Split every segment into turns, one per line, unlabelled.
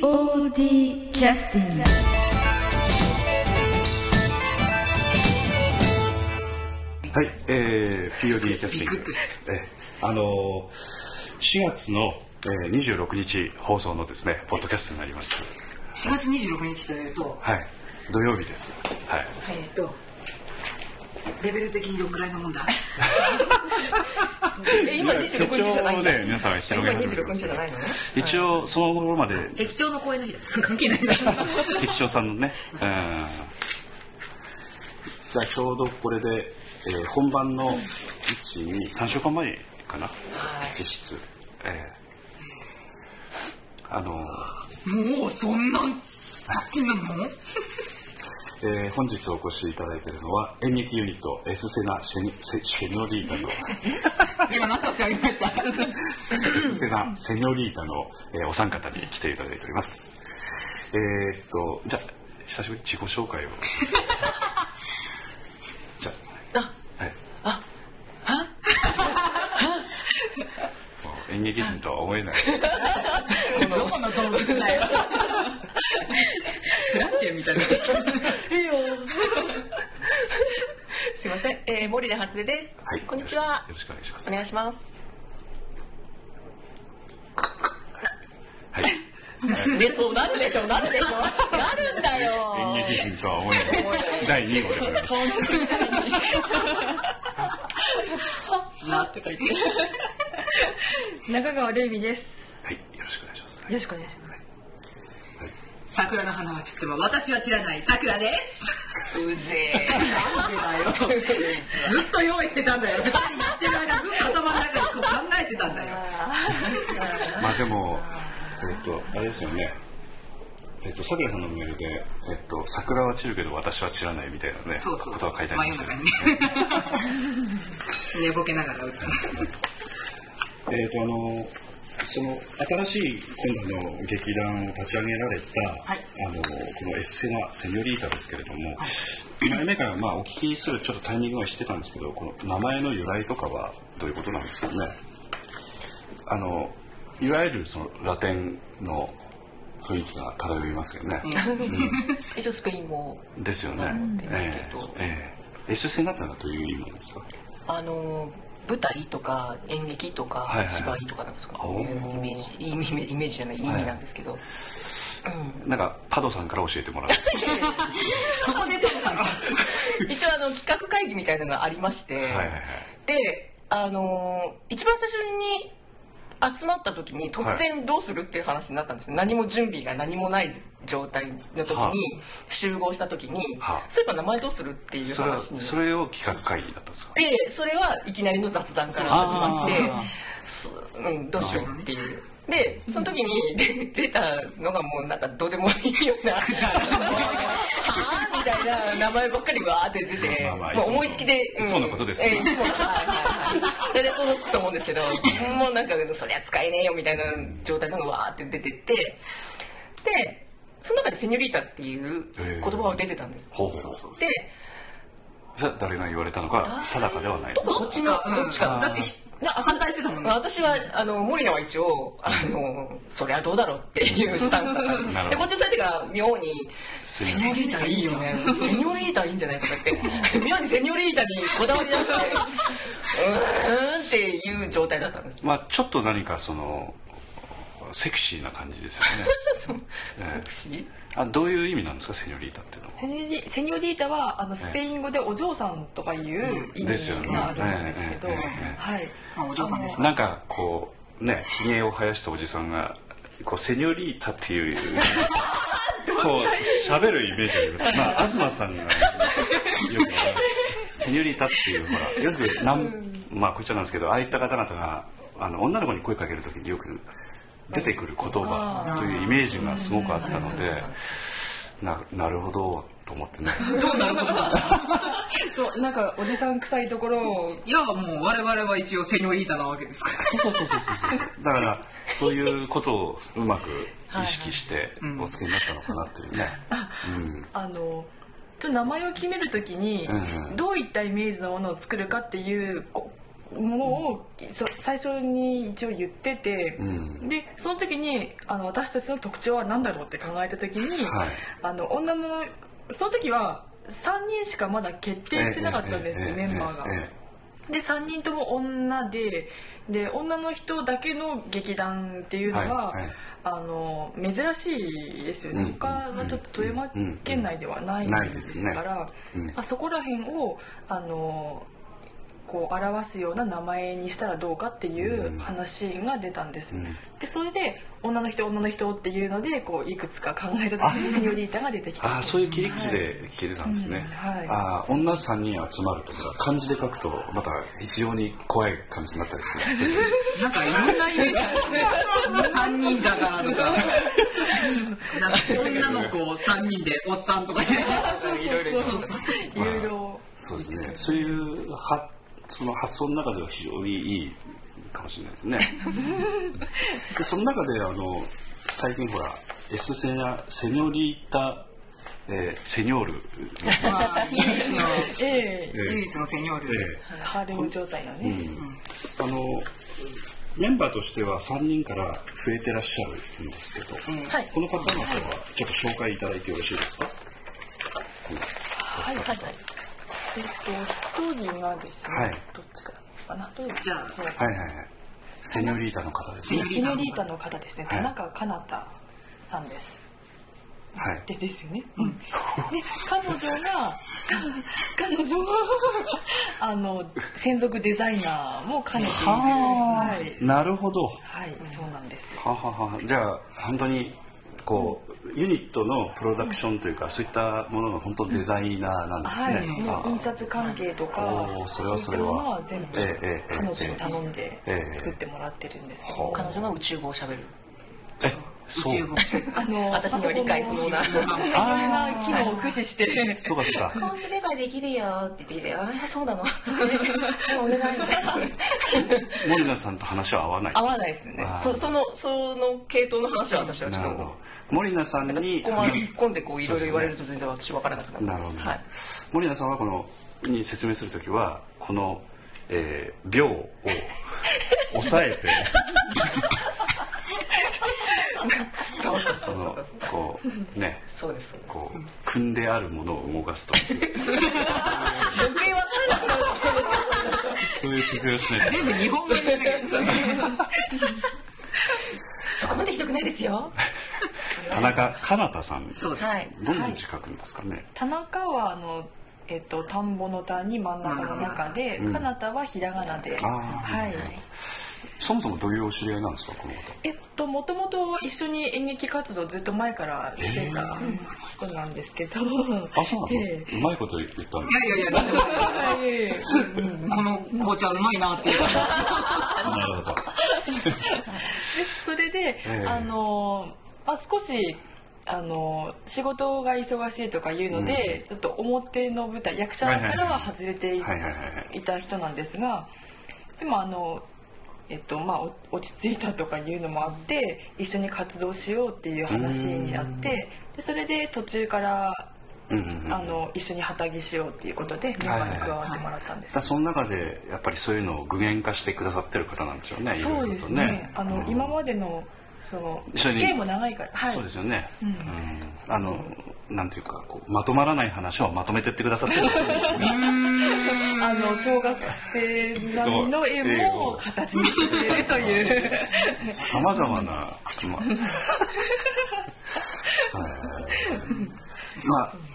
POD キャスティング
はい、えー、POD キャスティング。
ビクッとし
えーあのー、4月の、えー、26日放送のですね、ポッドキャストになります。
4月26日というと、
はい。土曜日です。はい。
えっと、レベル的にどっくらいのもんだえ、今26日じゃないん
を
だ。
ね、皆さん広
今
げてくださ
26日じゃないのね。
一応、その頃まで、
駅長の公演の日だ。関係ないな。
駅長さんの ね、うん。じゃあちょうどこれで、えー、本番の1、2、3週間前かな。実質。えー、あのー、
もうそんなん、なってんの
えー本日お越しいただいているのは演劇ユニットエスセナシェニセシェニョリー タの
今何ておっしゃいました
エスセナセニョリータの、えーお三方に来ていただいておりますえーっとじゃあ久しぶりに自己紹 介をじゃあはいあ は演劇人とは思えない
どこの動物だよ。フランチェみたいな。いいよ。
すいません、えー、森田初音です、
はい
こんにちは
よろしくお願いします
お願いします
はい
でそうなるでしょなるでしょなるんだよ
演劇人とは思えない第2号でございます
なとか言って
中川玲美です
はいよろしくお願いします
よろしくお願いします
桜の花は散っても私は散らない桜です。うぜえ。なんでだよ。ずっと用意してたんだよ。二人やってる間ずっと頭の中でこう考えてたんだよ。
まあでも、えっと、あれですよね。えっと、さくらさんのメールで、えっと、桜は散るけど私は散らないみたいなね、
そうそう
こ
そ
と
う。
が書いてあ
真
り
夜
まし
中
た
に
ね
ね。 寝ぼけながら打った。
えっと、あの、その、新しい今度の劇団を立ち上げられた、
はい
あの、このエッセナ・セニョリータですけれども、前々からまあお聞きするちょっとタイミングは知ってたんですけど、この名前の由来とかはどういうことなんですかね。あの、いわゆるそのラテンの雰囲気が漂いますよね。
一応スペイン語
ですよね。ええええ。エスセナタナという意味なんですか。
あのー舞台とか演劇とか、
はいはい
芝居とかなんかそういうイメージイメージイメージじゃない意味なんですけど、
なんかパドさんから教えてもらう。
そこでペコさんが。
一応あの企画会議みたいなのがありまして、
はいはいはい。
であのー一番最初に集まった時に突然どうするっていう話になったんですよ、何も準備が何もない状態の時
はあ
に集合した時に、
はあ
そういえば名前どうするっていう
それは
話に
それを企画会議だったんですか。
でそれはいきなりの雑談から始まってすうん、どうしようっていう。でその時にで出たのがもうなんかどうでもいいような「はあ?」みたいな名前ばっかりわーって出て
まあまあ
もう
いつもの
思いつきで
いつものことですよ
ええいつものはいはいはい大体想像つくと思うんですけどもうなんかそりゃ使えねえよみたいな状態のがわーって出てってでその中で「セニョリータ」っていう言葉は出てたんです。
ほうほうほう。
で
じゃあ誰が言われたのか定かではないです。
どっちか、どっちか。だってひ、な反対してたもんね。
私はあの森野は一応あのそりゃどうだろうっていうスタンスだ っ
な
た
る
ん
ほど
でこっちの人が妙に「
すい
セ
ません
ニョリータいいよ ねセニョリータいいんじゃない?」とか言って妙にセニョリータにこだわり出 してうーんっていう状態だったんです
まあちょっと何かそのセクシーな感じですよね。
そう セクシー
あどういう意味なんですかセニョリータっていうのは。
セニョリセニョリータはあのスペイン語でお嬢さんとかいう意
です
味
よね
があるんですけど、
ええええええ
はい、
まあお嬢さんです。
なんかこうねひげを生やしたおじさんがこうセニョリータって いうこう喋るイメージありますまあ東さんがよくわからないセニョリータっていうほら要するになん、まあこちらなんですけどああいった方々があの女の子に声かけるときによく出てくる言葉というイメージがすごくあったのでななるほどと思ってね
どうなることだ。
そうなんかおじさん臭いところを
いや、もう我々は一応セニョリータなわけですから。
だからそういうことをうまく意識してお付けになったのかなっていうね。うん
あのちょっと名前を決めるときに、
うんうん
どういったイメージのものを作るかっていうこうものをそ最初に一応言ってて、
ん
でその時にあの私たちの特徴は何だろうって考えた時に、
はい
あの女のその時は3人しかまだ決定してなかったんです、
ええええ
メンバーが。
え
で3人とも女でで女の人だけの劇団っていうのは、
はいはい
あの珍しいですよね、
うん
他はちょっと富山県内ではない
うんうんうん
ですから
うん
あそこら辺をあのこう表すような名前にしたらどうかっていう話が出たんです、
うん
でそれで女の人女の人っていうのでこういくつか考えた時にセニョリータが出てきた
ああそういう切り口で聞けてたんですね、
はい
ああ女3人集まるとか漢字で書くとまた非常に怖い感じになったりする
なんかいろんなイメージあるね3人だからとかなんか女の子3人でおっさんとかねいろいろそうそうそう
いろいろ
そうですねそういうはその発想の中では非常にいいかもしれないです ねでその中であの最近ほら S セナセニョリータ、えーセニョール
まあ唯一の
ええ
唯一のセニョール
で
ハーレム状態のね、
あのメンバーとしては3人から増えてらっしゃるんですけど、
はい
この方々はちょっと紹介いただいてよろしいですか、
はいはいはい。えっと、一人がですね、
はい
どっちからなのかな、どういう
じゃあ
そう
はいはいはいセニョリータの方ですね
セニョリータの方ですね、
はい
田中かなたさんです。
はい
でですよね。うん、で彼女が 彼女はあの専属デザイナーも兼ねているはい
なるほど
はいそうなんです。
はははじゃあ本当にこう、ユニットのプロダクションというか、そういったものの本当デザイナーなんです
はい、
ね、
も
あ
う印刷関係とか
おーそれはそれは
そういったものは
ええええええ
全部彼女に頼んで
ええ
作ってもらってるんですけど、
ほう
彼女が宇宙語をしゃべる
そう
中国
あの
私には理解不能な
パソコンのいろいろな機能を駆使して
そうかそうか
こうすればできるよって言ってきて「ああそうなの」お願い」
モニカさんと話は合わない
合わないですよね
あー
そそのその系統の話は私はちょ
な
っ
るほ
と
どモリナさん
なんか突
に
っ込ま突っ込んでこういろいろ言われると全然私分からなくなる
なるほど、
はい、
森田さんはこのに説明するときはこの、えー、秒を抑 えてそう
そうそうそそ
の
う
こうね
そうですそうです
こう組んであるものを動かす と
余計分からなくなる
そういう説明をしないと
全部日本語にしなきゃいけない
そこまでひどくないですよ
田中かなたさん
そうだ
はい
どんな字書くんですかね、
田中はあの、えっと田んぼの田に真ん中の中で、
ん
かなたはひらがなで、
あー
はい、
そもそもどういうお知り合いなんですかこの方
えっともともと一緒に演劇活動ずっと前からしてた人なんですけど、
あそうなの、
え
うまいこと言ったんです
いやいやいやでも
えはい
この紅茶うまいなっていう
なるほど
でそれで、
ええ
あのまあ、少しあの仕事が忙しいとかいうので、ちょっと表の舞台役者からは外れてい
はいはいはいはい
いた人なんですがでもあの、えっとまあ、お落ち着いたとかいうのもあって一緒に活動しようっていう話になってでそれで途中から
うんうんうん
あの一緒に旗揚げしようっていうことでメンバーに加わってもらったんで
だ
す
から。その中でやっぱりそういうのを具現化してくださってる方なんでしょうね
そうです
いろいろと
ね。あの、
うん
今までのその
一緒に
付き合いも長いから、はい
そうですよね、うんあのなんていうかこうまとまらない話をまとめてってくださってる
あの小学生並みの絵も形にしてくれると いう
さまざまな口 もはい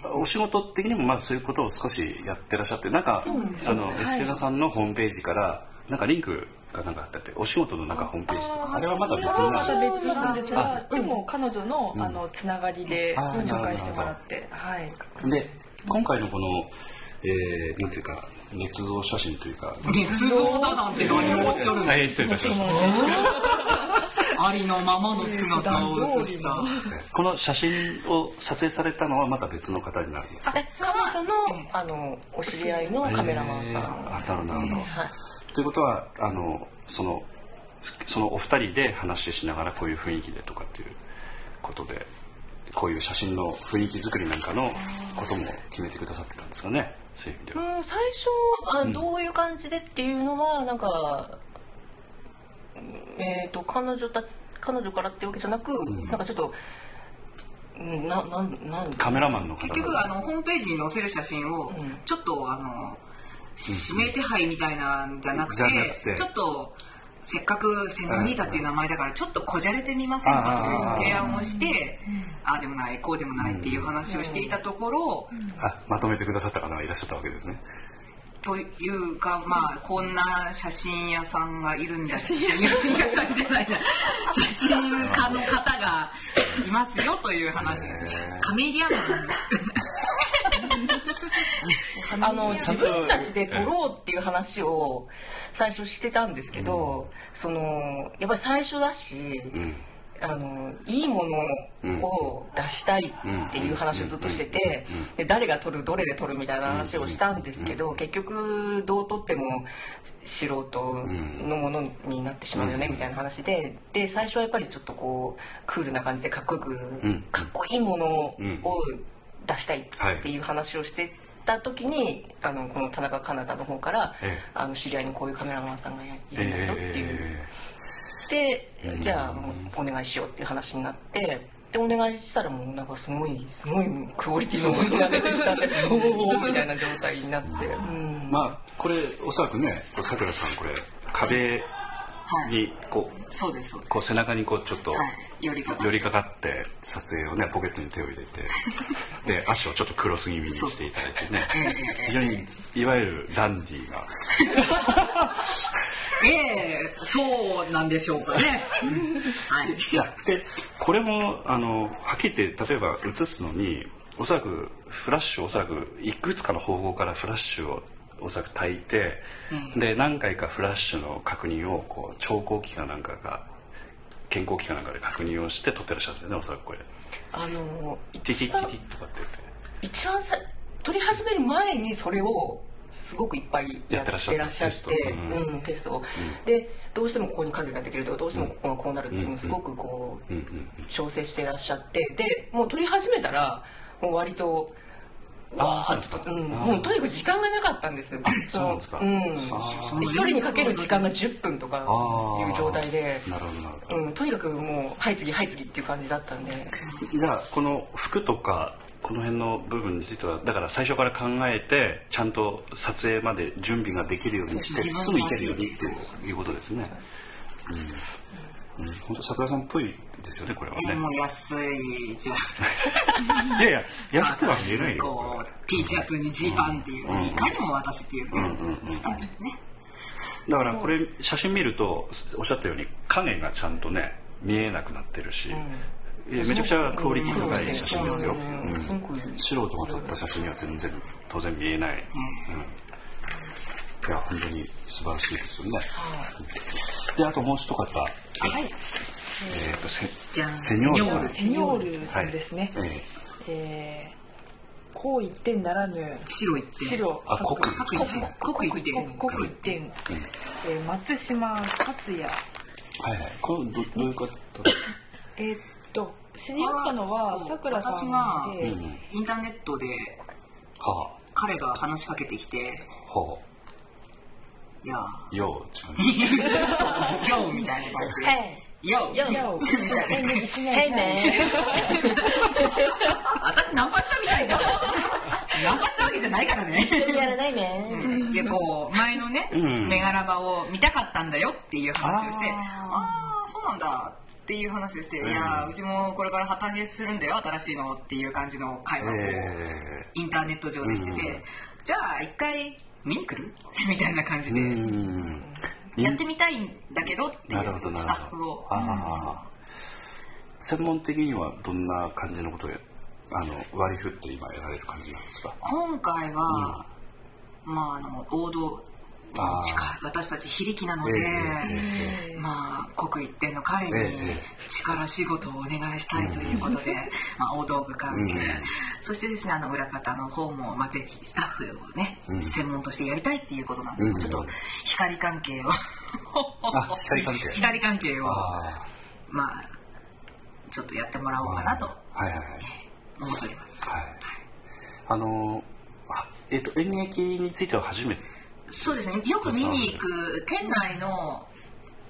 まあお仕事的にもまあそういうことを少しやってらっしゃってなんかあのエステラさんのホームページからなんかリンクがなんかあったってお仕事のなんかホームページとかあれはまだ別
ま
な
た別なんです
あ
がでも彼女のあのつながりで
あー
紹介してもらってはい
で今回のこの、えー、なんていうか捏造写真というか
実像だなんて何もおっしゃるの
大変失礼いたしました
ありのままの姿を映した
この写真を撮影されたのはまた別の方になるんですか
で彼女のあのお知り合いのカメラマンさん、
あなるほどなるほど
はい
ということはあのそのそのお二人で話ししながらこういう雰囲気でとかっていうことでこういう写真の雰囲気作りなんかのことも決めてくださってたんですかねそういう意味では
うん、最初あどういう感じでっていうのはなんか、えっ、と彼女た彼女からってわけじゃなく、なんかちょっとうんななんなん
カメラマンの方が
結局あのホームページに載せる写真を
ん
ちょっとあの指名手配みたいなんじゃなくて,、
じゃなくて
ちょっとせっかくセナニータっていう名前だからちょっとこじゃれてみませんかという提案をしてああでもないこうでもないっていう話をしていたところ、
あまとめてくださった方がいらっしゃったわけですね
というかまあこんな写真屋さんがいるんじゃ写真屋さんじゃないな写真家の方がいますよという話
へー
カメリアマン
あの自分たちで撮ろうっていう話を最初してたんですけど、そのやっぱり最初だし、
うん
あのいいものを出したいっていう話をずっとしててで誰が取るどれで取るみたいな話をしたんですけど結局どう取っても素人のものになってしまうよねみたいな話でで最初はやっぱりちょっとこうクールな感じでかっこよく
ん
かっこいいものを出したいっていう話をしてた時にあのこの田中かなたの方から
ええ
あの知り合いにこういうカメラマンさんがいるんだけどっていう。
え
でじゃあお願いしようっていう話になってでお願いしたらもうなんかすごいすごいクオリティのものが出てきたん でおーおーみたいな状態になって、うん
ーまあこれおそらくねこうさくらさんこれ壁にこう
そうですそうです
こう背中にこうちょっと
はい寄りかかって
寄りかかって撮影をねポケットに手を入れ てで足をちょっとクロス気味にしていただいてね非常にいわゆるダンディーが
ええ そうなんでしょうかね。はい。
いやでこれもあのはっきり言って例えば映すのにおそらくフラッシュをおそらくいくつかの方向からフラッシュをおそらく焚いて、で何回かフラッシュの確認をこう聴光器かなんかが健康器かなんかで確認をして撮ってらっしゃるんですよねおそらくこれ
あ の
ティテ
一
ィティ
番
ティとかって言って。
一番さ撮り始める前にそれをすごくいっぱいやってらっし
やってらっしゃ
ゃ
っ
ってて
うん
うんテストをでどうしてもここに影ができるとかどうしてもここがこうなるっていうのをすごくこう調整してらっしゃってでもう撮り始めたらもう割と。
あー
わーっ
そうです
と
か
うん
あー
もうとにかく時間がなかったんですよ
そうなんですか
うん
あ
で一人にかける時間が10分とかっていう状態で
なるほどなるほど、
うんとにかくもうはい次はい次っていう感じだったんで
じゃあこの服とかこの辺の部分についてはだから最初から考えてちゃんと撮影まで準備ができるようにしてす
そう
ぐ
で
行け
す
るようにっ
自分の
ていうことですねうん、うん、本当桜さんっぽいですよねこれは
も
ね
う安いじゃ
いやいや安くは見えないよこ
こう T シャツにジーパンっていう、いかにも私っていうね、スタイルね。
れだからこれ写真見るとおっしゃったように影がちゃんとね見えなくなってるし、いやめちゃくちゃクオリティ高い写真ですよ、
そうなん
うん
ですよすごく
素人が撮った写真には全然当然見えない、うんいや本当に素晴らしいですよね、であともう一方はいえっとせ
じゃん
セニョールさん
セニョールさんですね、
はいえ
えー、こう一点ならぬ
白いって。
白
あ濃く
濃く濃くいって。
濃く一点、えー松島克也
えはいはいこれどどういう方
えーっと知り合ったのはさくらさんで、
うん
インターネットで
は
彼が話しかけてきて、
あほ
いや
うようちゃん
ー、よーみたいな感じで。よー
やをしない
変ね
私ナンパしたみたいじゃ ん。ナンパしたわけじゃないからね。
やらないね
いやこう前のね
うん
メガラバを見たかったんだよっていう話をしてああーそうなんだっていう話をしてい
ん
やーうちもこれから旗揚げするんだよ新しいのっていう感じの会話を
え
インターネット上でして
うん
てじゃあ一回見に来るみたいな感じ
ー、う
で
ん
やってみたいんだけどってい
なるほど
う
な
ス
る
タ
ほ
ッフ
ど
を
ああ専門的にはどんな感じのことをやあの割り振って今やられる感じなんですか
今回はまああの王道
あー
近い私たち非力なので、
えええ
まあ刻一点の彼に
ええ
力仕事をお願いしたいということで、まあ、大道具関係、
うん
そしてですねあの裏方の方も、まあ、ぜひスタッフをね、専門としてやりたいっていうことなんで、
うん
ちょっと光関係 を
あ光関係
光関係を
あ
まあちょっとやってもらおうかなと
あはいはいはい
思っております
はい、あのあえっと演劇については初めて
そうですねよく見に行く店内の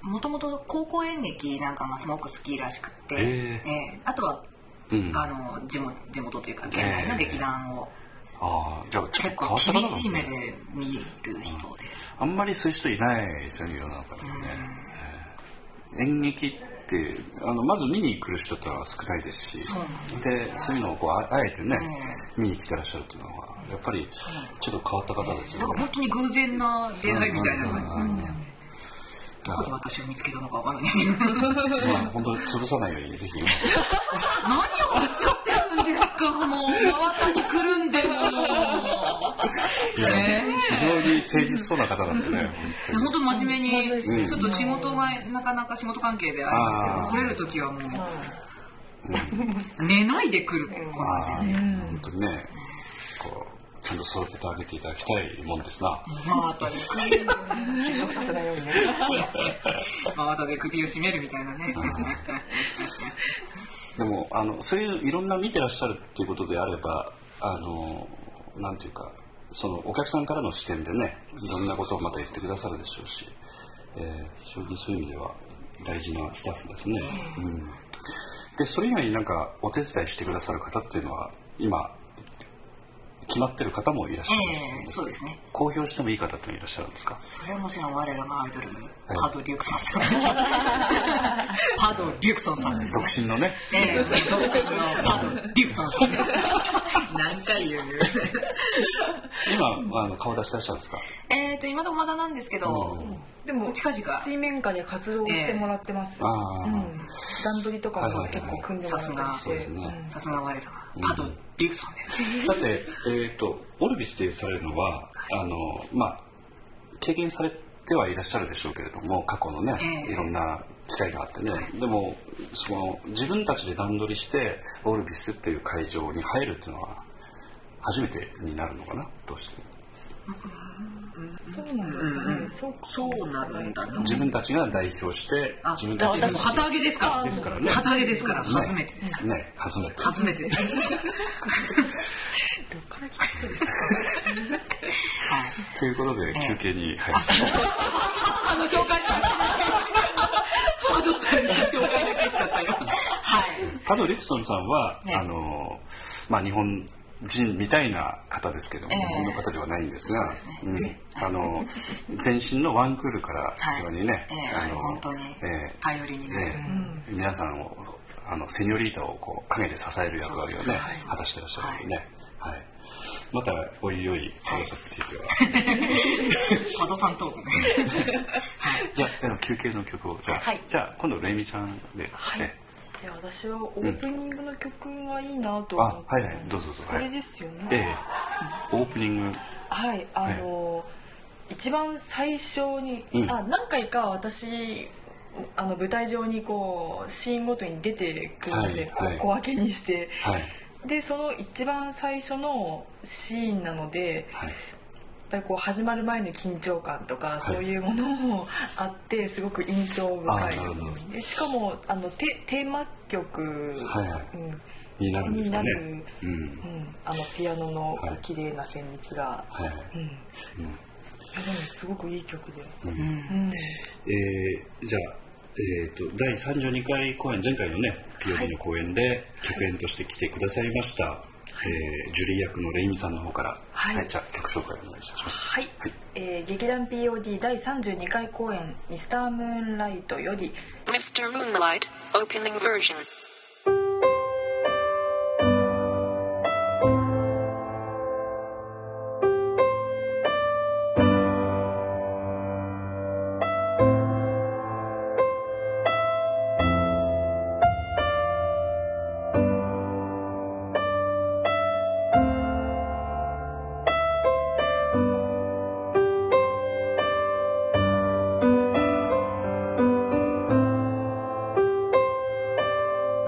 もともと高校演劇なんかがすごく好きらしくて、
へ
え
え
えあとは、
うん
あの地元地元というか県内の劇団を
ああじゃあちょっと
結
変
構
わった方
厳
な
しい
の
目
ね
で見る人で、
あんまりそういう人いないですよね世の中でもね、えー演劇ってあのまず見に来る人ってのは少ないですし
そうなん
でそういうのをこうああえてね、見に来てらっしゃるっていうのはやっぱりちょっと変わった方です
な
よ
んか
ね
本当に偶然な出会いみたいなのが
うんうんうんうん
どこで私を見つけたのかわからないですけど 何を
まあ本当に潰さないようにぜひ
おっしゃってるんですかもう真綿に来るんでも
いや非常に誠実そうな方なんでね本当に
本当真面目に、
うん
ちょっと仕事がなかなか仕事関係であるんですけ
あー
ど来れる時はもう、寝ないで来る子
ま
なんで
あ本当にねこうちゃんと育ててあげていただきたいもんですな
真綿に来るんで
窒息させないように ね
真綿で首を絞めるみたいなね
でもあのそういういろんな見てらっしゃるっていうことであればあのなんていうかそのお客さんからの視点でねいろんなことをまた言ってくださるでしょうし、えー非常にそういう意味では大事なスタッフですね、うん、でそれ以外になんかお手伝いしてくださる方っていうのは今決まってる方もいらっしゃるん
ええそうですね
公表してもいい方っていうのはいらっしゃるんですか
それはもちろん我らがアイドルパド・リュクソンさんですパド・リュクソンさんです
独身のね
ええ独身のパド・リュクソンさんです何回言う
今あの顔出してらっしゃるんですか
えっと今のとこまだなんですけど
でも
近々
水面下で活動してもらってます、
ああ、
うん、段取りとかそう結構組んでもらったり
さ
し
す
が
て
そうですね
さすが我らがパド・リュクソンです
だって、えっとオルビスでされるのはあの、まあ、経験されてはいらっしゃるでしょうけれども過去のね
ええ
いろんな機会があってねでもその自分たちで段取りしてオルビスっていう会場に入るっていうのは初めてになるのかなどうしても
そうなんですかね、そう
そうなるんだな
自分たちが代表して自分たち
私
で
も旗揚げですから
ですからね
旗揚げですから初めてです
ね初めて
初めてです
ということで休憩に入りまし
あの紹介したんですパドさん の紹介だけしちゃったよはい
パド・リクソンさんは、
ええ
あのまあ、日本人みたいな方ですけども、
ええ
日本の方ではないんですが
そうです
うんあの全身のワンクールから非常にね、
ええ
あの
本当に
ええ
頼りになる
ええ皆さんをあのセニョリータをこう陰で支える役割を
そう
ね
です
果たしてらっしゃるんでね、はいまたおいおい話さについては、
パドさんトークね
じゃああの休憩の曲をじゃあ,、
はい
じゃあ今度レイミちゃんで、
はい
え
で私はオープニングの曲がいいなと
あ
思ってた
はい
んで、
はいどうぞどうぞ
これですよね、
えええオープニング
はいあの、一番最初に、
うん
あ何回か私あの舞台上にこうシーンごとに出てくるんですね、
はいはい
こう小分けにして
はい
でその一番最初のシーンなので
はい
やっぱりこう始まる前の緊張感とかそういうものもあってすごく印象深
あなるほ
いでしかもあのテテーマ曲、
はいはい
うん
になるんですかね
になる
うん
うん、あのピアノの
はい
綺麗な旋律が、
はいはい
うん、いやでもすごくいい曲で、
うん
うん、
えーじゃあ、えー、と第32回公演前回のね POD の公演で客演として来てくださいました、えージュリー役のレイミさんの方から、
はい
じゃあ曲紹介お願いします
はい、えー劇団 POD 第32回公演「ミスタームーンライト」より
Mr. Moonlight, opening version.
「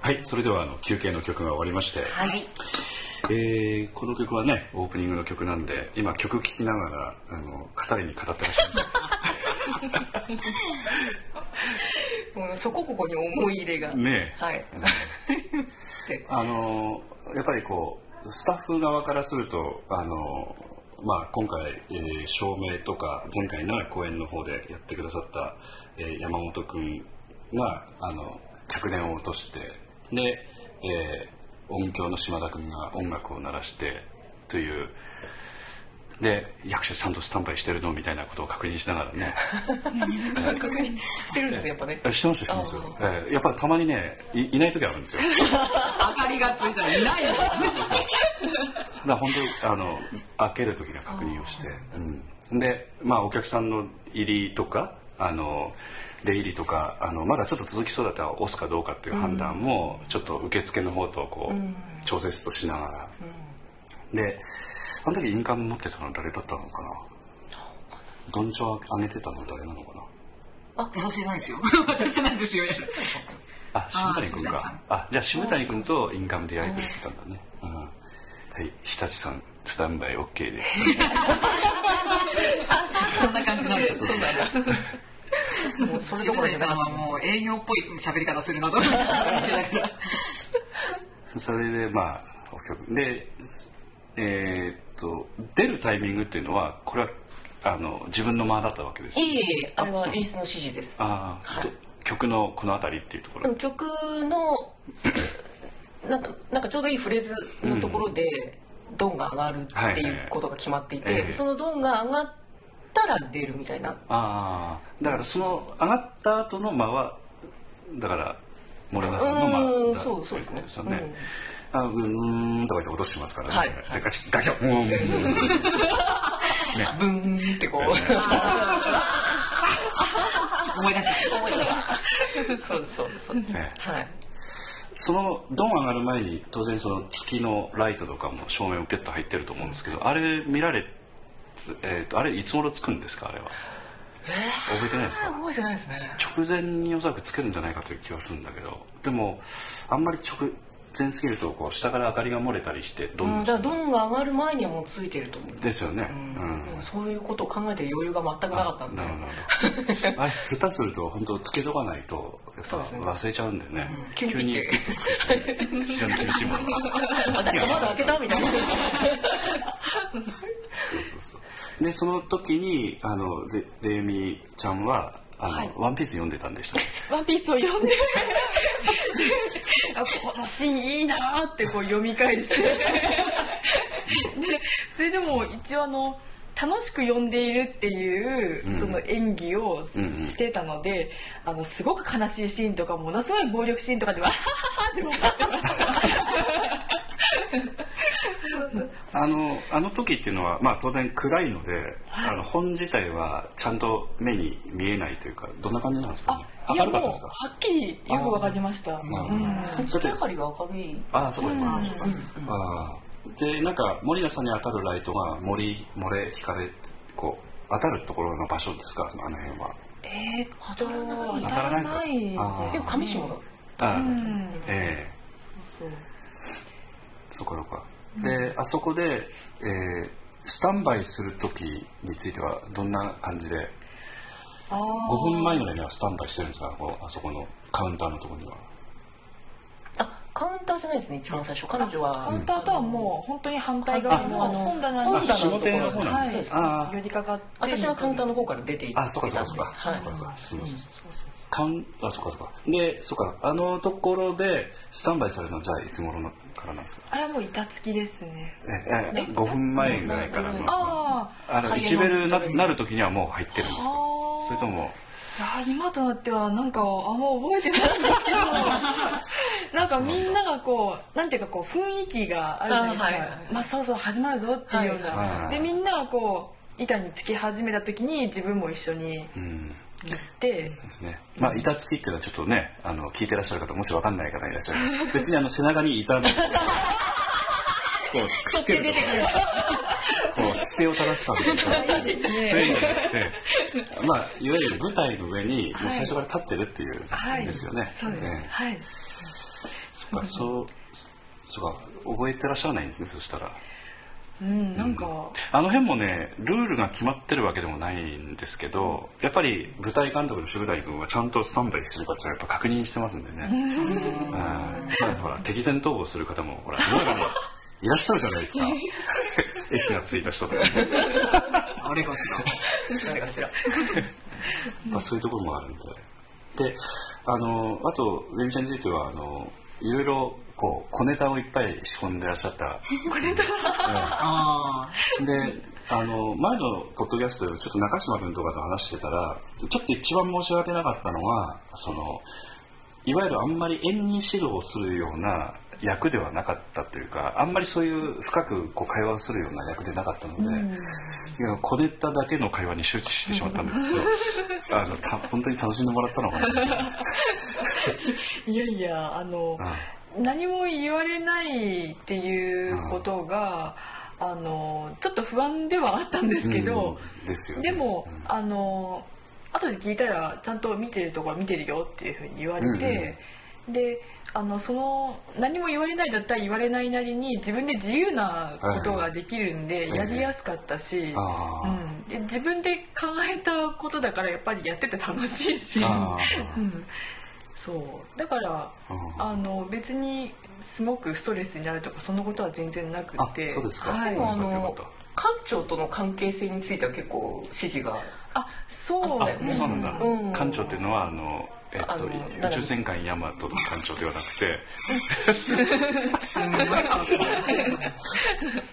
はいそれではあの休憩の曲が終わりまして、
はい
えーこの曲はねオープニングの曲なんで今曲聴きながらあの語りに語ってらっしゃるんで
うんそこここに思い入れが
ねえ
はい
あのやっぱりこうスタッフ側からするとあの、まあ、今回、えー照明とか前回の公演の方でやってくださった、えー山本君があの着電を落としてで、えー音響の島田君が音楽を鳴らしてという。で役者ちゃんとスタンバイしてるのみたいなことを確認しながらね
確認してるんですよやっぱね
えしてますよしてますよ、えーやっぱりたまにねいいない時あるんですよ
明かりがついたらいないの
だから本当にあの開ける時の確認をして、うん、で、まあ、お客さんの入りとかあの出入りとかあのまだちょっと続きそうだったら押すかどうかっていう判断も、ちょっと受付の方とこう、調節としながら、であの時印鑑持ってたの誰だったのかなどんちょあげてたの誰なのかな
私じゃないですよ 私じゃないですよ
あ、渋谷君
渋谷さ
か
ん。
あじゃあ渋谷君とインカムでやり取りしてたんだね。うん。はい、日立さん、スタンバイ OK です。
そんな感じなんです
もうそれど
渋
ころじ
谷
ゃな
さんはもう営業っぽい喋り方するなと思ってだから
それでまあお客ですえーっと出るタイミングっていうのはこれはあの自分の間だったわけです
い
よ
いえいえあれは
そう
演出の指示です
あー、ど曲のこの辺りっていうところ、
曲の なんかなんかちょうどいいフレーズのところで、ドンが上がるっていうことが決まっていて、
はいはいはい
そのドンが上がったら出るみたいな
ああだからその上がった後の間はだから森山さんの
う
間
ん
だ
そうそうですね
といことよねあうーんとか言って落としてますからね、
はい
でガチッガチョン うん
ブーンってこう
思い 出した
そうですそうですそうです
ね
はい
そのドン上がる前に当然その月のライトとかも照明もピュッと入ってると思うんですけどあれ見られ、えーとあれいつ頃つくんですかあれは、覚えてないですか
覚えてないですね
直前におそらくつけるんじゃないかという気がするんだけどでもあんまり直前すぎるとこう下から明かりが漏れたりしてド
う
ン
んだからドンが上がる前にはもうついてると思う
ですよね
う
うん
んそういうことを考えてる余裕が全くなかったんで
なるほどなるほどあれ下手すると本当つけとかないとやっぱ
そうですね
忘れちゃうんだよね、
うん急にピッて
急に非常に厳しいものが
あだ窓開けたみたいな
そうそうそうでその時にあのレレイミちゃんはあの、ワンピース読んでたんでしたね
ワンピースを読んであこのシーンいいなーってこう読み返してでそれでも一応あの楽しく読んでいるっていうその演技をしてたので、あのすごく悲しいシーンとかものすごい暴力シーンとかではって笑ってました
あのあの時っていうのは、まあ、当然暗いので、あの本自体はちゃんと目に見えないというかどんな感じなんですかね
い
明
や
るか
もう
った
は
ですか
っきりよくわかりました、
なるほ
う
ど
ん
月明かりが明るい
ああそうかそうかそうかあーでなんか森田さんに当たるライトが森漏れ光れこう当たるところの場所ですかそのあの辺は
えー、当たらない
当
当
た
た
らな
ら
いか
ないです
あー
でも上下が
ああ、ええそこそこであそこで、えースタンバイする時についてはどんな感じで5分前ぐらいにはスタンバイしてるんですかこうあそこのカウンターのところには
あカウンターじゃないですね一番最初彼女は
カウンターとはもう本当に反対側の
あもう
本棚
本
に
棚のところ
あ仕事の方なんですねあ
はい、
ー
寄りかかって
私はカウンターの方から出ていって
あそうかそう
た
か
ん
そう
で
か、
はい
そうかそうかすみませんカウンあそうかそうかでそうかあのところでスタンバイされるのはじゃあいつ頃のからなんですか
あれはもう板付きですね
ええ5分前ぐらいからの
ああ
あの
会話
1
の
ベルななる時にはもう入ってるんですか
あー
それとも
いやー今となってはなんかあんま覚えてないんですけどなんかみんながこうなんていうかこう雰囲気があるじゃないですか
あーはいはい
まあそうそう始まるぞっていうような、
はいはい
でみんながこう板につき始めた時に自分も一緒に
うん
行って
ですね。まあ、板付きっていうのはちょっとね、あの、聞いてらっしゃる方、もしわかんない方いら っしゃる。別にあの、背中に板の、こう、つくつけるとか、こう、姿勢を正すために、そういうのじゃなくて、まあ、いわゆる舞台の上に、もう最初から立ってるってい
は
う
い
んですよね。
そうです、
ええ
はい
そっかそうそうか覚えてらっしゃらないんですねそしたら
うんなんか
あの辺もねルールが決まってるわけでもないんですけどやっぱり舞台監督の渋谷君はちゃんとスタンバイする方はやっぱ確認してますんでねうんまあほら敵前逃亡する方もほら世の中にいらっしゃるじゃないですか S がついた人とかね
あれかしら
誰かしら
まあ、そういうところもあるんで。で、あの、あと、ウェミちゃんについては、あの、いろいろ、こう、小ネタをいっぱい仕込んでらっしゃった。
あ
で、あの、前のポッドキャストでちょっと中島君とかと話してたら、ちょっと一番申し訳なかったのは、その、いわゆるあんまり演技指導をするような役ではなかったというか、あんまりそういう深くこう会話をするような役でなかったので、いや小ネタだけの会話に周知してしまったんですけど、 あの、た本当に楽しんでもらったのかな。
いやいやあの何も言われないっていうことがあのちょっと不安ではあったんですけど、
うんですよね
でも、
うん
あの後で聞いたらちゃんと見てるとこは見てるよっていうふうに言われて、であのその何も言われないだったら言われないなりに自分で自由なことができるんで
はい
やりやすかったし、
あー
うん、で自分で考えたことだからやっぱりやってて楽しいし、
あ
う
ー
ん、そうだから
うん
あの別にすごくストレスになるとかそんなことは全然なく
あ
て
そうですか。
はい
でもあ
よか
の
ったよかっ
館長との関係性については結構指示が
あそう
あ
だよ
た
ね
そうなんだ。
うん
館長っていうのはあの。えっ
あ
と、
の
宇宙戦艦ヤマトの艦長ではなくて、
あすんごい話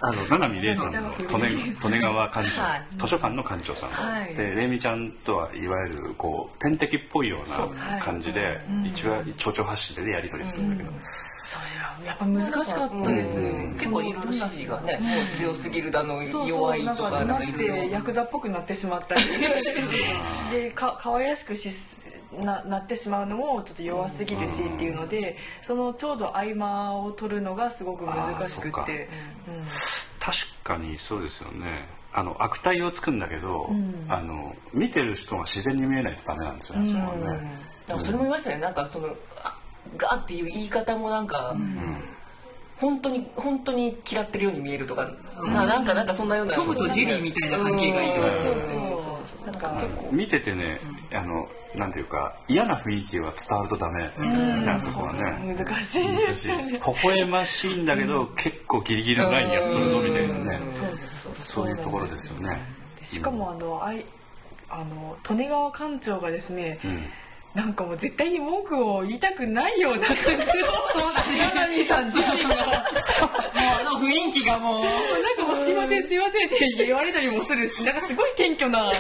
あの、七海玲さんの利根利根川館
はい
長、図書館の館長さん。
はい
で、レミちゃんとはいわゆる、こう、天敵っぽいよう
そうです
な感じで、一応、蝶々発信でやり取りするんだけど、
それはやっぱ難しかったです、
うん
結構いろんな指示がね、もう強すぎるだの
そうそ
弱
う
い
な
と
んか
か
怒
なんか
鳴っ
いろ
て
いろ
ヤクザっぽくなってしまったりでかかわいらしくしななってしまうのもちょっと弱すぎるしっていうのでそのちょうど合間を取るのがすごく難しく
あーそっ
っ
か
てうん
確かにそうですよね。あの、悪態をつくんだけど、あの、見てる人が自然に見えないとダメなんですよね、そこはね。
なんかそれも言いましたねなんかそのあガーっていう言い方もなんか、本当に本当に嫌ってるように見えるとか、ななんかなんかそんなような
トムとジェリーみたいな関係がいいとか
うんそうそうそうなんか結構
見ててね、あのなんていうか嫌な雰囲気は伝わるとダメですよね、あそこはね
難しいですよね
微笑ましいんだけど、結構ギリギリのラインやっとるぞみたいなね、そういうところですよね、
でしかもあの、あいあの利根川館長がですね、
うん、
なんかもう絶対に文句を言いたくないような感じのそうだね柳さん自身がなんか
あの雰囲気がもう
もう「すいませんすいません」って言われたりもするしなんかすごい謙虚な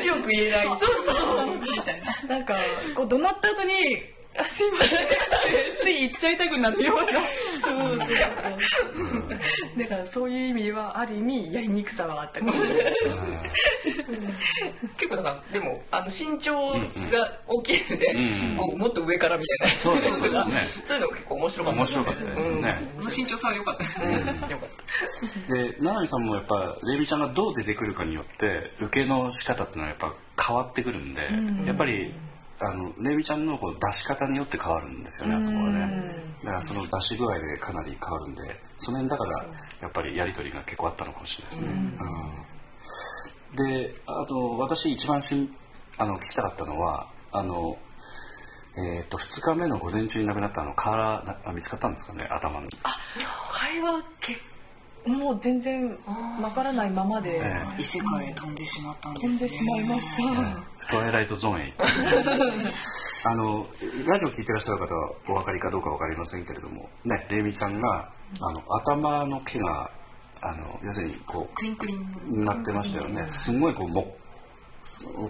強く言えない
そうそうみたいななんかこう怒鳴った後に「あすいません」ってつい言っちゃいたくなるようなそうそうそうだからそういう意味ではある意味やりにくさはあったかもしれない
結構なんかでもあの身長が大きいので、こうもっと上からみたいな
そうですそうですね
そういうのも結構面白かった
面白かったですよね、
あの身長さん良かったですね
よかった
で七海さんもやっぱレミちゃんがどう出てくるかによって受けの仕方っていうのはやっぱ変わってくるんで、やっぱりあのレミちゃんのこう出し方によって変わるんですよね、あそこはねだからその出し具合でかなり変わるんでその辺だからやっぱりやり取りが結構あったのかもしれないですね、うんであと私一番しんあの聞きたかったのはあのえー、と2日目の午前中に亡くなったあのカーラーな見つかったんですかね頭に
あれはけもう全然わからないまま
え
で
え
異世界へ飛んでしまったんです
飛んでしまいました、
トワイライトゾーンへ行ったあのラジオ聞いてらっしゃる方はお分かりかどうか分かりませんけれどもねレイミちゃんがあの頭の毛があの要するにこう
クリンクリン
なってましたよねすんごいこうも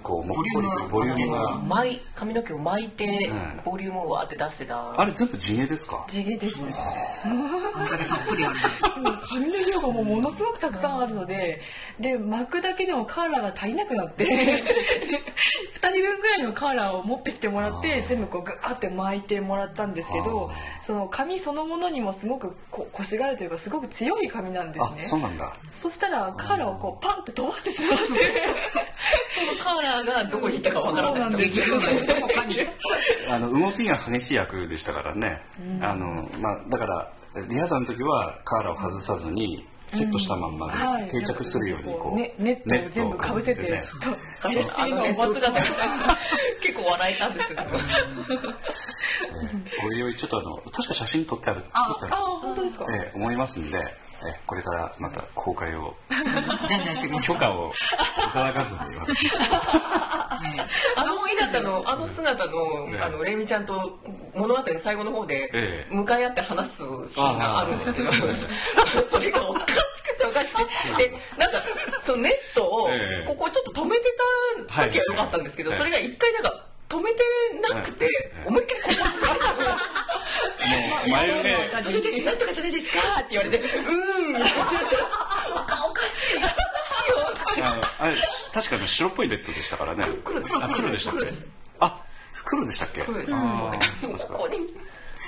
こうもっこりとボ
ボ
リ
リ
ュー
ュー
ム
ムが
が
巻い髪の毛を巻いて、
うん
ボリュームをわーって出してた
あれ全部地毛ですか
地毛です
あんだけたっぷりある
髪の量がもうものすごくたくさんあるのでで巻くだけでもカーラーが足りなくなって 2人分ぐらいのカーラーを持ってきてもらって全部こうグーって巻いてもらったんですけどその髪そのものにもすごくこコシがあるというかすごく強い髪なんで
あそう
すね
なんだ
そしたらカーラーをこうパンって飛ばしてしまって
カーラーがどこに行ったかわからない
劇場内のどこかに
あの動きが激しい役でしたからね、あのまあ、だからリハーサルの時はカーラーを外さずにセットしたまんま
はい
で定着するようにこう、
ねネットを全部かぶせて
ネットを
ちょっと怪し
あ
い
の
のを
ね
持つだっ
結構笑えたんですよね
ねおいおいちょっとあの確か写真撮ってある撮ってある
本当ですか
ええ思いますんで、ええこれからまた公開を
じゃんじゃんしてくだ
許
さい
可をいただかずに私
あの姿のあの姿の
ええ
あのレミちゃんと物語の最後の方
え
で
え
向かい合って話すシーンがあるんですけど それがおかしくておかしくてでなんかそのネットを
ええ
ここちょっと止めてた時は良かったんですけど
はい
それが一回なんか止めてなくて
ええ
思いっきりここ
もう眉毛
それで「なんとかじゃないですか」って言われて「うーん」みたいな「顔おかしい」おかしいよ
あのあれ確かに白っぽいベッドでしたからね
黒です
あ黒でしたっ
黒
け
です
あ黒でしたっけ
黒です
あーそうですか
ここに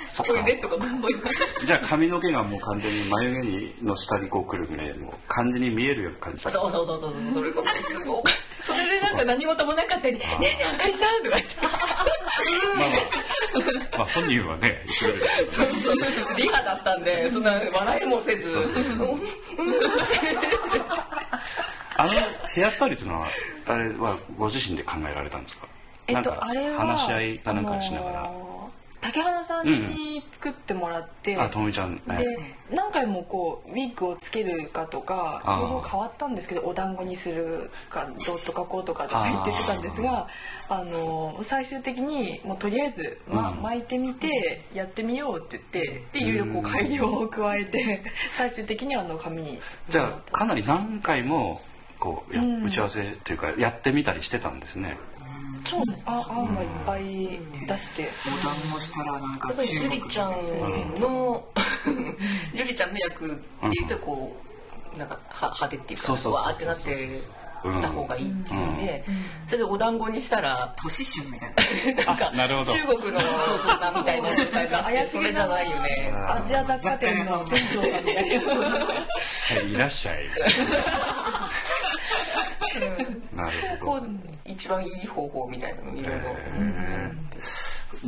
そっ
ち
か
ょいベッドがここに
じゃあ髪の毛がもう完全に眉毛にの下にこうくるぐらいの感じに見えるような感じ
そうそうそうそうそれこそすごいおかしいそれでなんか何事もなかったり「ねえねえあかりさん」とか言って
まあまあ、まあ、本人は ね一緒ですけど
そうそうリハだったんでそんな笑いもせず
そうそうそうあのヘアスタイルというのはあれはご自身で考えられたんですか
えっ
なん
と
か
あれは
話し合いかなんかしながら、
あのー竹花さんに作ってもらって、
あともみちゃん、ね
で何回もこうウィッグをつけるかとかい
あー
ろいろ変わったんですけどお団子にするかどうとかこうとかとか言ってたんですがあの最終的にもうとりあえず、ま
うん
巻いてみてやってみようって言ってでいろいろこう改良を加えて最終的にあの紙に
じゃあかなり何回もこうや
うん
打ち合わせというかやってみたりしてたんですね、
そうですあ案がいっぱい出して、
ボタンを押したらなんか
やっぱり
中
ジュ
国
リちゃんの ジュリちゃんの役で言うとこうなんかは派手っていうか
そうそうそう
わーってなってた方がいいっていうのでそれでお団子にしたら
年春みたいな
なんか
なるほど
中国のそうそうそうみたいな状態が怪しげじゃないよね
アジア雑貨店の店長さんみたいな
はい、いらっし ゃいなるほど
こう一番いい方法みたいなのいろいろ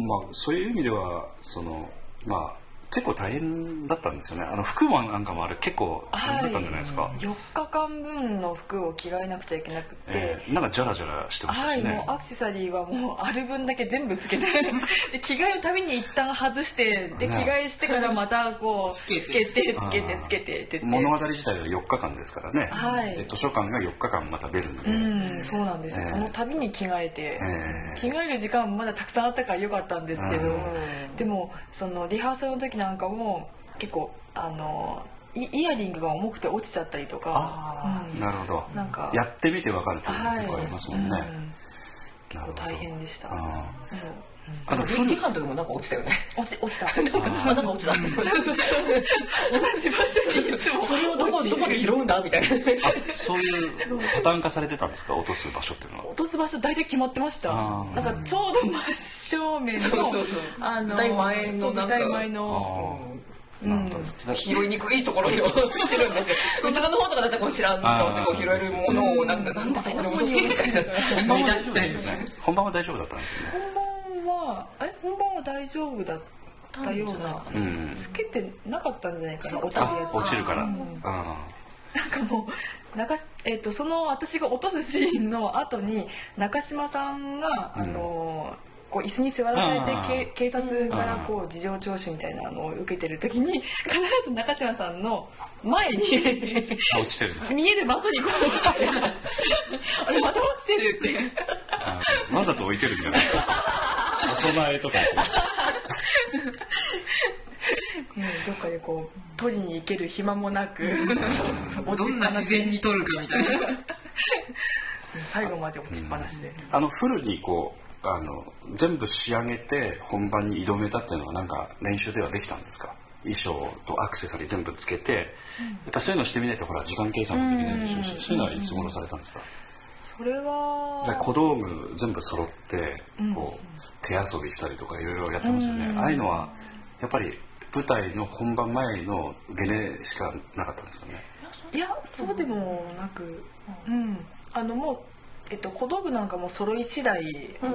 まあ、そういう意味ではその、まあ、結構大変だったんですよねあの服もなんかもあれ結構大変だったんじゃないですか、
4日間分の服を着替えなくちゃいけなくて、
えーなんかジャラジャラしてました
は
し
い、
ね、
もうアクセサリーはもうある分だけ全部つ けてで着替えるたびに一旦外してで
ね
着替えしてからまたこうつけてつけてつけてつけてって言
物
って
語自体は4日間ですからね、
はい
で図書館が4日間また出るんで、
うんそうなんですよ、
ええ
その度に着替えて、
ええ
着替える時間まだたくさんあったから良かったんですけど、
う
でもそのリハーサルの時なんかも結構あのイイヤリングが重くて落ちちゃったりとか、
あ
う
あ
ん
なるほど
なんか
やってみて分かるというのが
はい
結構ありますもんね、
うん
なるほど
大変でした、うん
あーあの古
リハの時もなんか落ちたよね
落ち 落ちた
あなんか落ちた 同じ場所にいつもそれをどこどこで拾うんだみたいな
あそういうパターン化されてたんですか落とす場所っていうのは
落とす場所大体決まってました
あ
な
ー
んかちょうど真正面の
そうそうそう
あの
舞台前の
そう
なん
舞
か
台前の
あーなるほど
拾いにくいとこ ろに落ちるんですよ後ろの方とかだってこう知らん顔してこう拾えるものをなんかなんだそこに落とすみたい
本
な
番は大丈夫ですよね本番は大丈夫だったんですよね、
本番はあれ本番は大丈夫だったような
うん、
つけてなかったんじゃないかな落ちるや
あ
つ
落ちるから、あ
なんかもう中し、えっとその私が落とすシーンの後に中島さんが、あのーこう椅子に座ら
あ
されて
ー
け警察からこう事情聴取みたいなのを受けてる時に 必ず中島さんの前に
ーあ落ちてるな
見える場所にこうあれまた落ちてるって
あーわざと置いてるんじゃないお供えとか
どっかでこう取りに行ける暇もなく 落
ど
ちっぱ
んな
な
自
し
然に撮るかみたいな
最後まで落ちっぱなしで
あのフルにこうあの全部仕上げて本番に挑めたっていうのはなんか練習ではできたんですか衣装とアクセサリー全部つけて、やっぱそういうのしてみないとほら時間計算もできないでしょうし、そういうのはいつ頃されたんですか、
それは
じゃあ小道具全部揃ってこう手遊びしたりとかいろいろやってますよね、ああいうのはやっぱり舞台の本番前のゲネしかなかったんですかね
いやそうでもなく、うんあのもうえっと、小道具なんかも揃い次第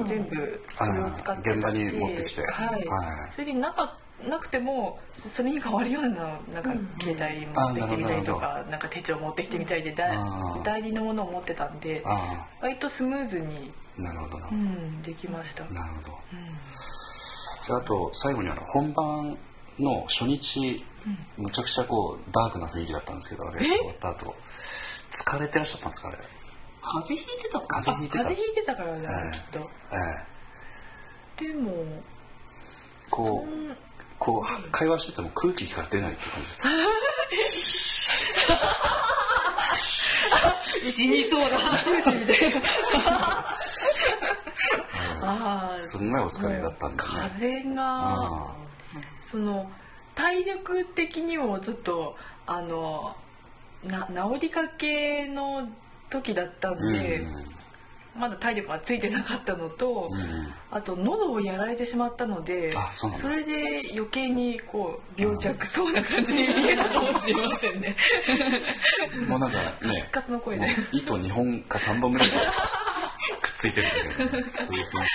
全部それを使ってたし、
現場に持ってきて
はい
はい
それでなかなくてもそそれに変わるようななんか携帯持ってきてみたりと
あ
か,、なんか手帳持ってきてみたりでだい
あー
代理のものを持ってたんで
あ
割とスムーズに、
あなるほどな、
うん、できました
なるほど、じゃああと最後にあの本番の初日、むちゃくちゃこうダークな雰囲気だったんですけどあれ終わった後疲れてらっしゃったんですかあれ
風邪ひいてたか
風邪ひいてた
風邪ひいてたからだ、
ええ
きっと
え
でも
えこうこう会話してても空気が出ないって感じ
死にそうだ
ああ
すんごいお疲れだったんでね
風が
あ
その体力的にもちょっとあのな治りかけの時だった
あうんん
で、まだ体力がついてなかったのと、
うん
あと喉をやられてしまったので
あそうなんだ
れで余計にこう病弱そうな感じに見えたかもしれませ んね
もうなんか
カス
ね
カスの声
も
で
う糸2本か3本ぐらい くっついてるんだけどそういう感じ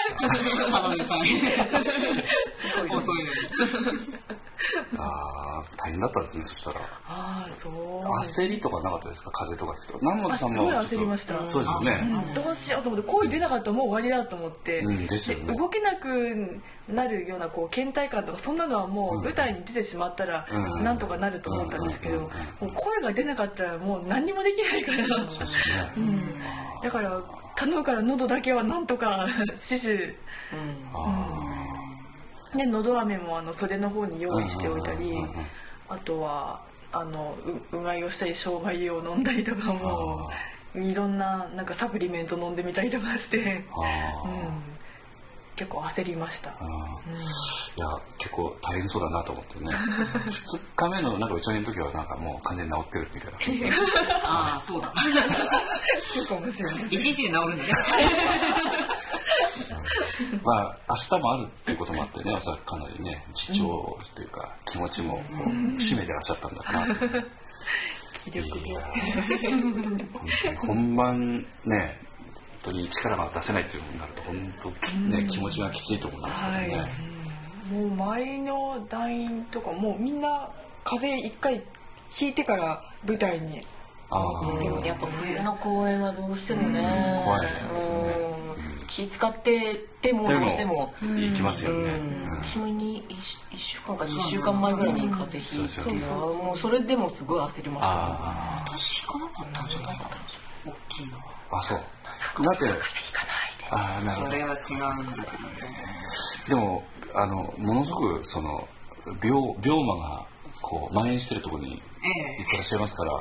か
田辺さん遅いのに
ああ大変だったですねそしたら
ああそう
焦りとかなかったですか風邪とか来て南本
あ
さんも
すごい焦りました
そうですよね
うんどうしようと思って声出なかったらもう終わりだと思って、
うんですよね
動けなくなるようなこう倦怠感とかそんなのはもう舞台に出てしまったら
うん
なんとかなると思ったんですけど、
うん
もう声が出なかったらもう何にもできないから、
そうですよね
うん、だから頼むから喉だけはなんとか 死守
あ
でのど飴もあの袖の方に
ー
用意しておいたり
うんうんうんうん
あとはあのううがいをしたり生姜湯を飲んだりとかもいろんななんかサプリメント飲んでみたりとかして。
あ
う
ー
ん、結構焦りました、
あ
う
ー
ん
いや結構大変そうだなと思ってね2日目のなんか打ち上げの時はなんかもう完全に治ってるみたいな感じで
ああそうだ
結構面白い
一日で治るんだね
まあ明日もあるっていうこともあってねおそらくかなりね自重っていうか気持ちもこう締めてらっしゃったんだなって
気
いや
力が
ー本当に本番ね本当に力が出せないっていうのになると本当ね、気持ちがきついと思うんですけどね、
はいもう前の団員とかもうみんな風邪一回引いてから舞台に
ああ、
でもやっぱ冬の公演はどうしてもね、
うん怖いですよね
うん気使ってでもどうしても
行きますよね、
うん
うん
私もに 1, 週間か2週間前ぐらいに風邪ひいて
そうそう
もうそれでもすごい焦りました
あ
私引かなかったんじゃないかな大きいの
ああそうだって
引かない
ああなる
そ
ほど
れは違うんだけ
で
ど
もあのものすごくその病病魔がこう蔓延してるところに
え
行ってらっしゃいますから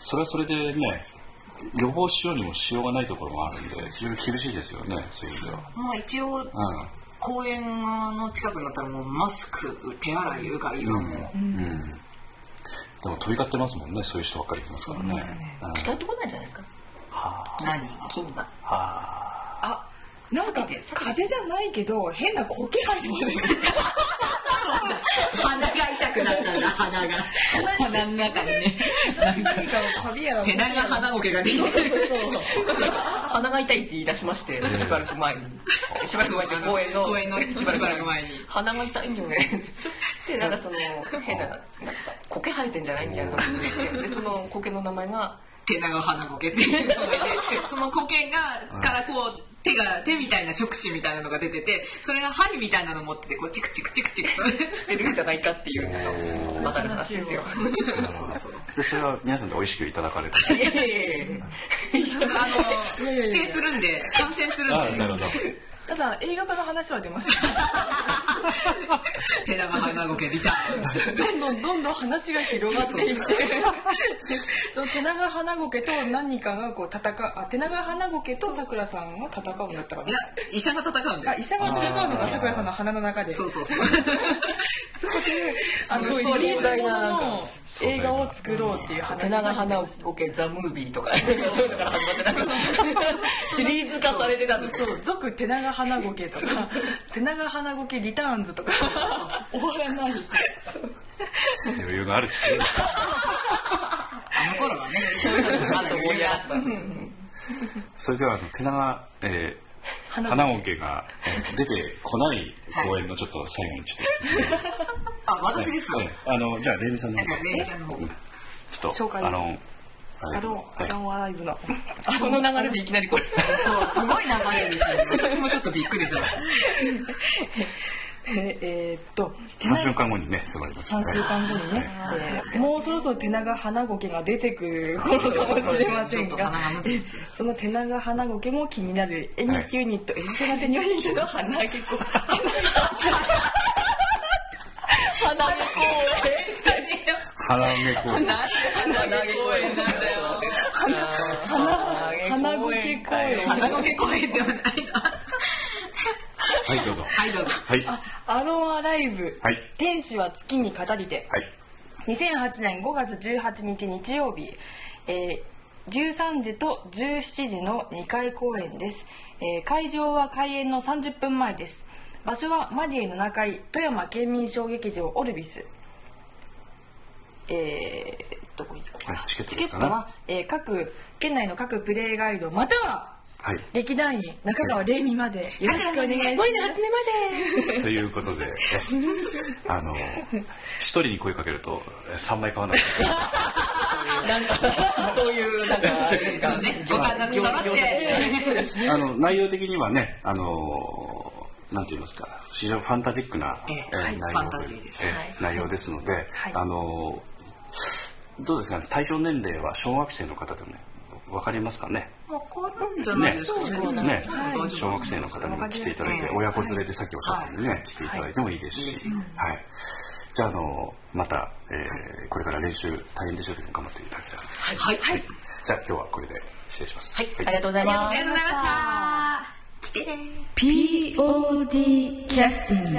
それはそれでね予防しようにもしようがないところもあるんで非常に厳しいですよねそういう意味では
えまあ一応公園の近くになったらもうマスク手洗いうがいはもう
うん、うん、でも飛び交ってますもんねそういう人ばっかり来ますからねうん
近いとこなんじゃないですか
何
金が
あなんか風邪じゃないけど変な高気配も出てる
鼻が痛くなったんだ鼻が鼻の中にね
何かをカビやら
手長鼻苔が出てる
鼻が痛いって言い出しましてしばらく前にしばらく前って公園の
公園のしばらく前に
鼻が痛いんよねでなんかその変ななんか苔生えてんじゃないみたいな感じででその苔の名前が
手長鼻苔っていうのでその苔がからこう手が手みたいな触手みたいなのが出ててそれが針みたいなの持っててこうチクチクチクチクと
捨てるんじゃないかっていうバカな話ですよ
でそれは皆さんで美味しくいただかれた
いやいやいやい や
あの 寄生するんで感染するんで
るほど
ただ映画化の話は出ました
手長鼻苔リターン
どんどんどんどん話が広がっていって その手長花ゴケと何かがこう戦うあ手長花ゴケとさくらさんが戦うんだったかない
や医者が戦うんだ
あ
よ
医者が戦うのがさくらさんの鼻の中で
そうそうそう
あの
そう
壮大な
壮大な
映画を作ろうっていう話
手長花をこけザ・ムービーとかそういうのから始まってたんですシリーズ化されてたんですよ
そう続手長花ゴケとか手長花ゴケリターンズとか終わらない
余裕があるっていう
あの頃はねそうい
あ
うのがあっ
と
た
盛り上がってた
それではあの手長、えー花桶がえー出てこない公演のちょっと最後にちょっとですね
あ、私ですか
はいはいあのじゃあレイミさんの方
じゃあレイちゃんの方
ちょっと
紹介
あの
アロン、アロンアライブの。
この流れでいきなりこれ
そう、すごい流れですよね。私もちょっとびっくりする。
ええーっと、
3週間後にね迫ります
3週間後にね、えーもうそろそろ手長花ゴケが出てくる頃かもしれません
ちょっと
が
鼻がむずいですね
その手長花ゴケも気になるエニキューニットエジセラセニョニキの花毛公演花毛公演
花梅公演
公演なんだよ
花ゴケ公演
花の毛公園ではないな。
はいどうぞ
はい、どうぞ。
はいは
アロンアライブ、
はい
天使は月に語りて
い
2008年5月18日日曜日、えー13時と17時の2回公演です、えー会場は開演の30分前です場所はマディの7階富山県民小劇場オルビスえー、どこに行こうかな
チケットかな
は、えー各県内の各プレイガイドまたは
はい
劇団員中川玲美までよろしくお願いします
ということで、あの、一人に声かけると、え三枚買わない。
そういうなんかあれですか
ご家族揃って。
あの、内容的にはね、あの、なんて言いますか、非常にファンタジックな、
ええはい
内
ファ
容
ンタジーです
ええ内容ですので、あの、どうですかね、対象年齢は小学生の方でもね、わかりますかね。
じゃないですかね。
ね、小学生の方にも来ていただいて、親子連れでさっきおっしゃったんでね、来ていただいてもいいですし、はい。じゃあ、あの、また、えーこれから練習大変でしょうけど、頑張っていただきたい。
はい。はい。
じゃあ、今日はこれで失礼します。はい
ありがとうございます
ありがとうございました。
POD キャスティング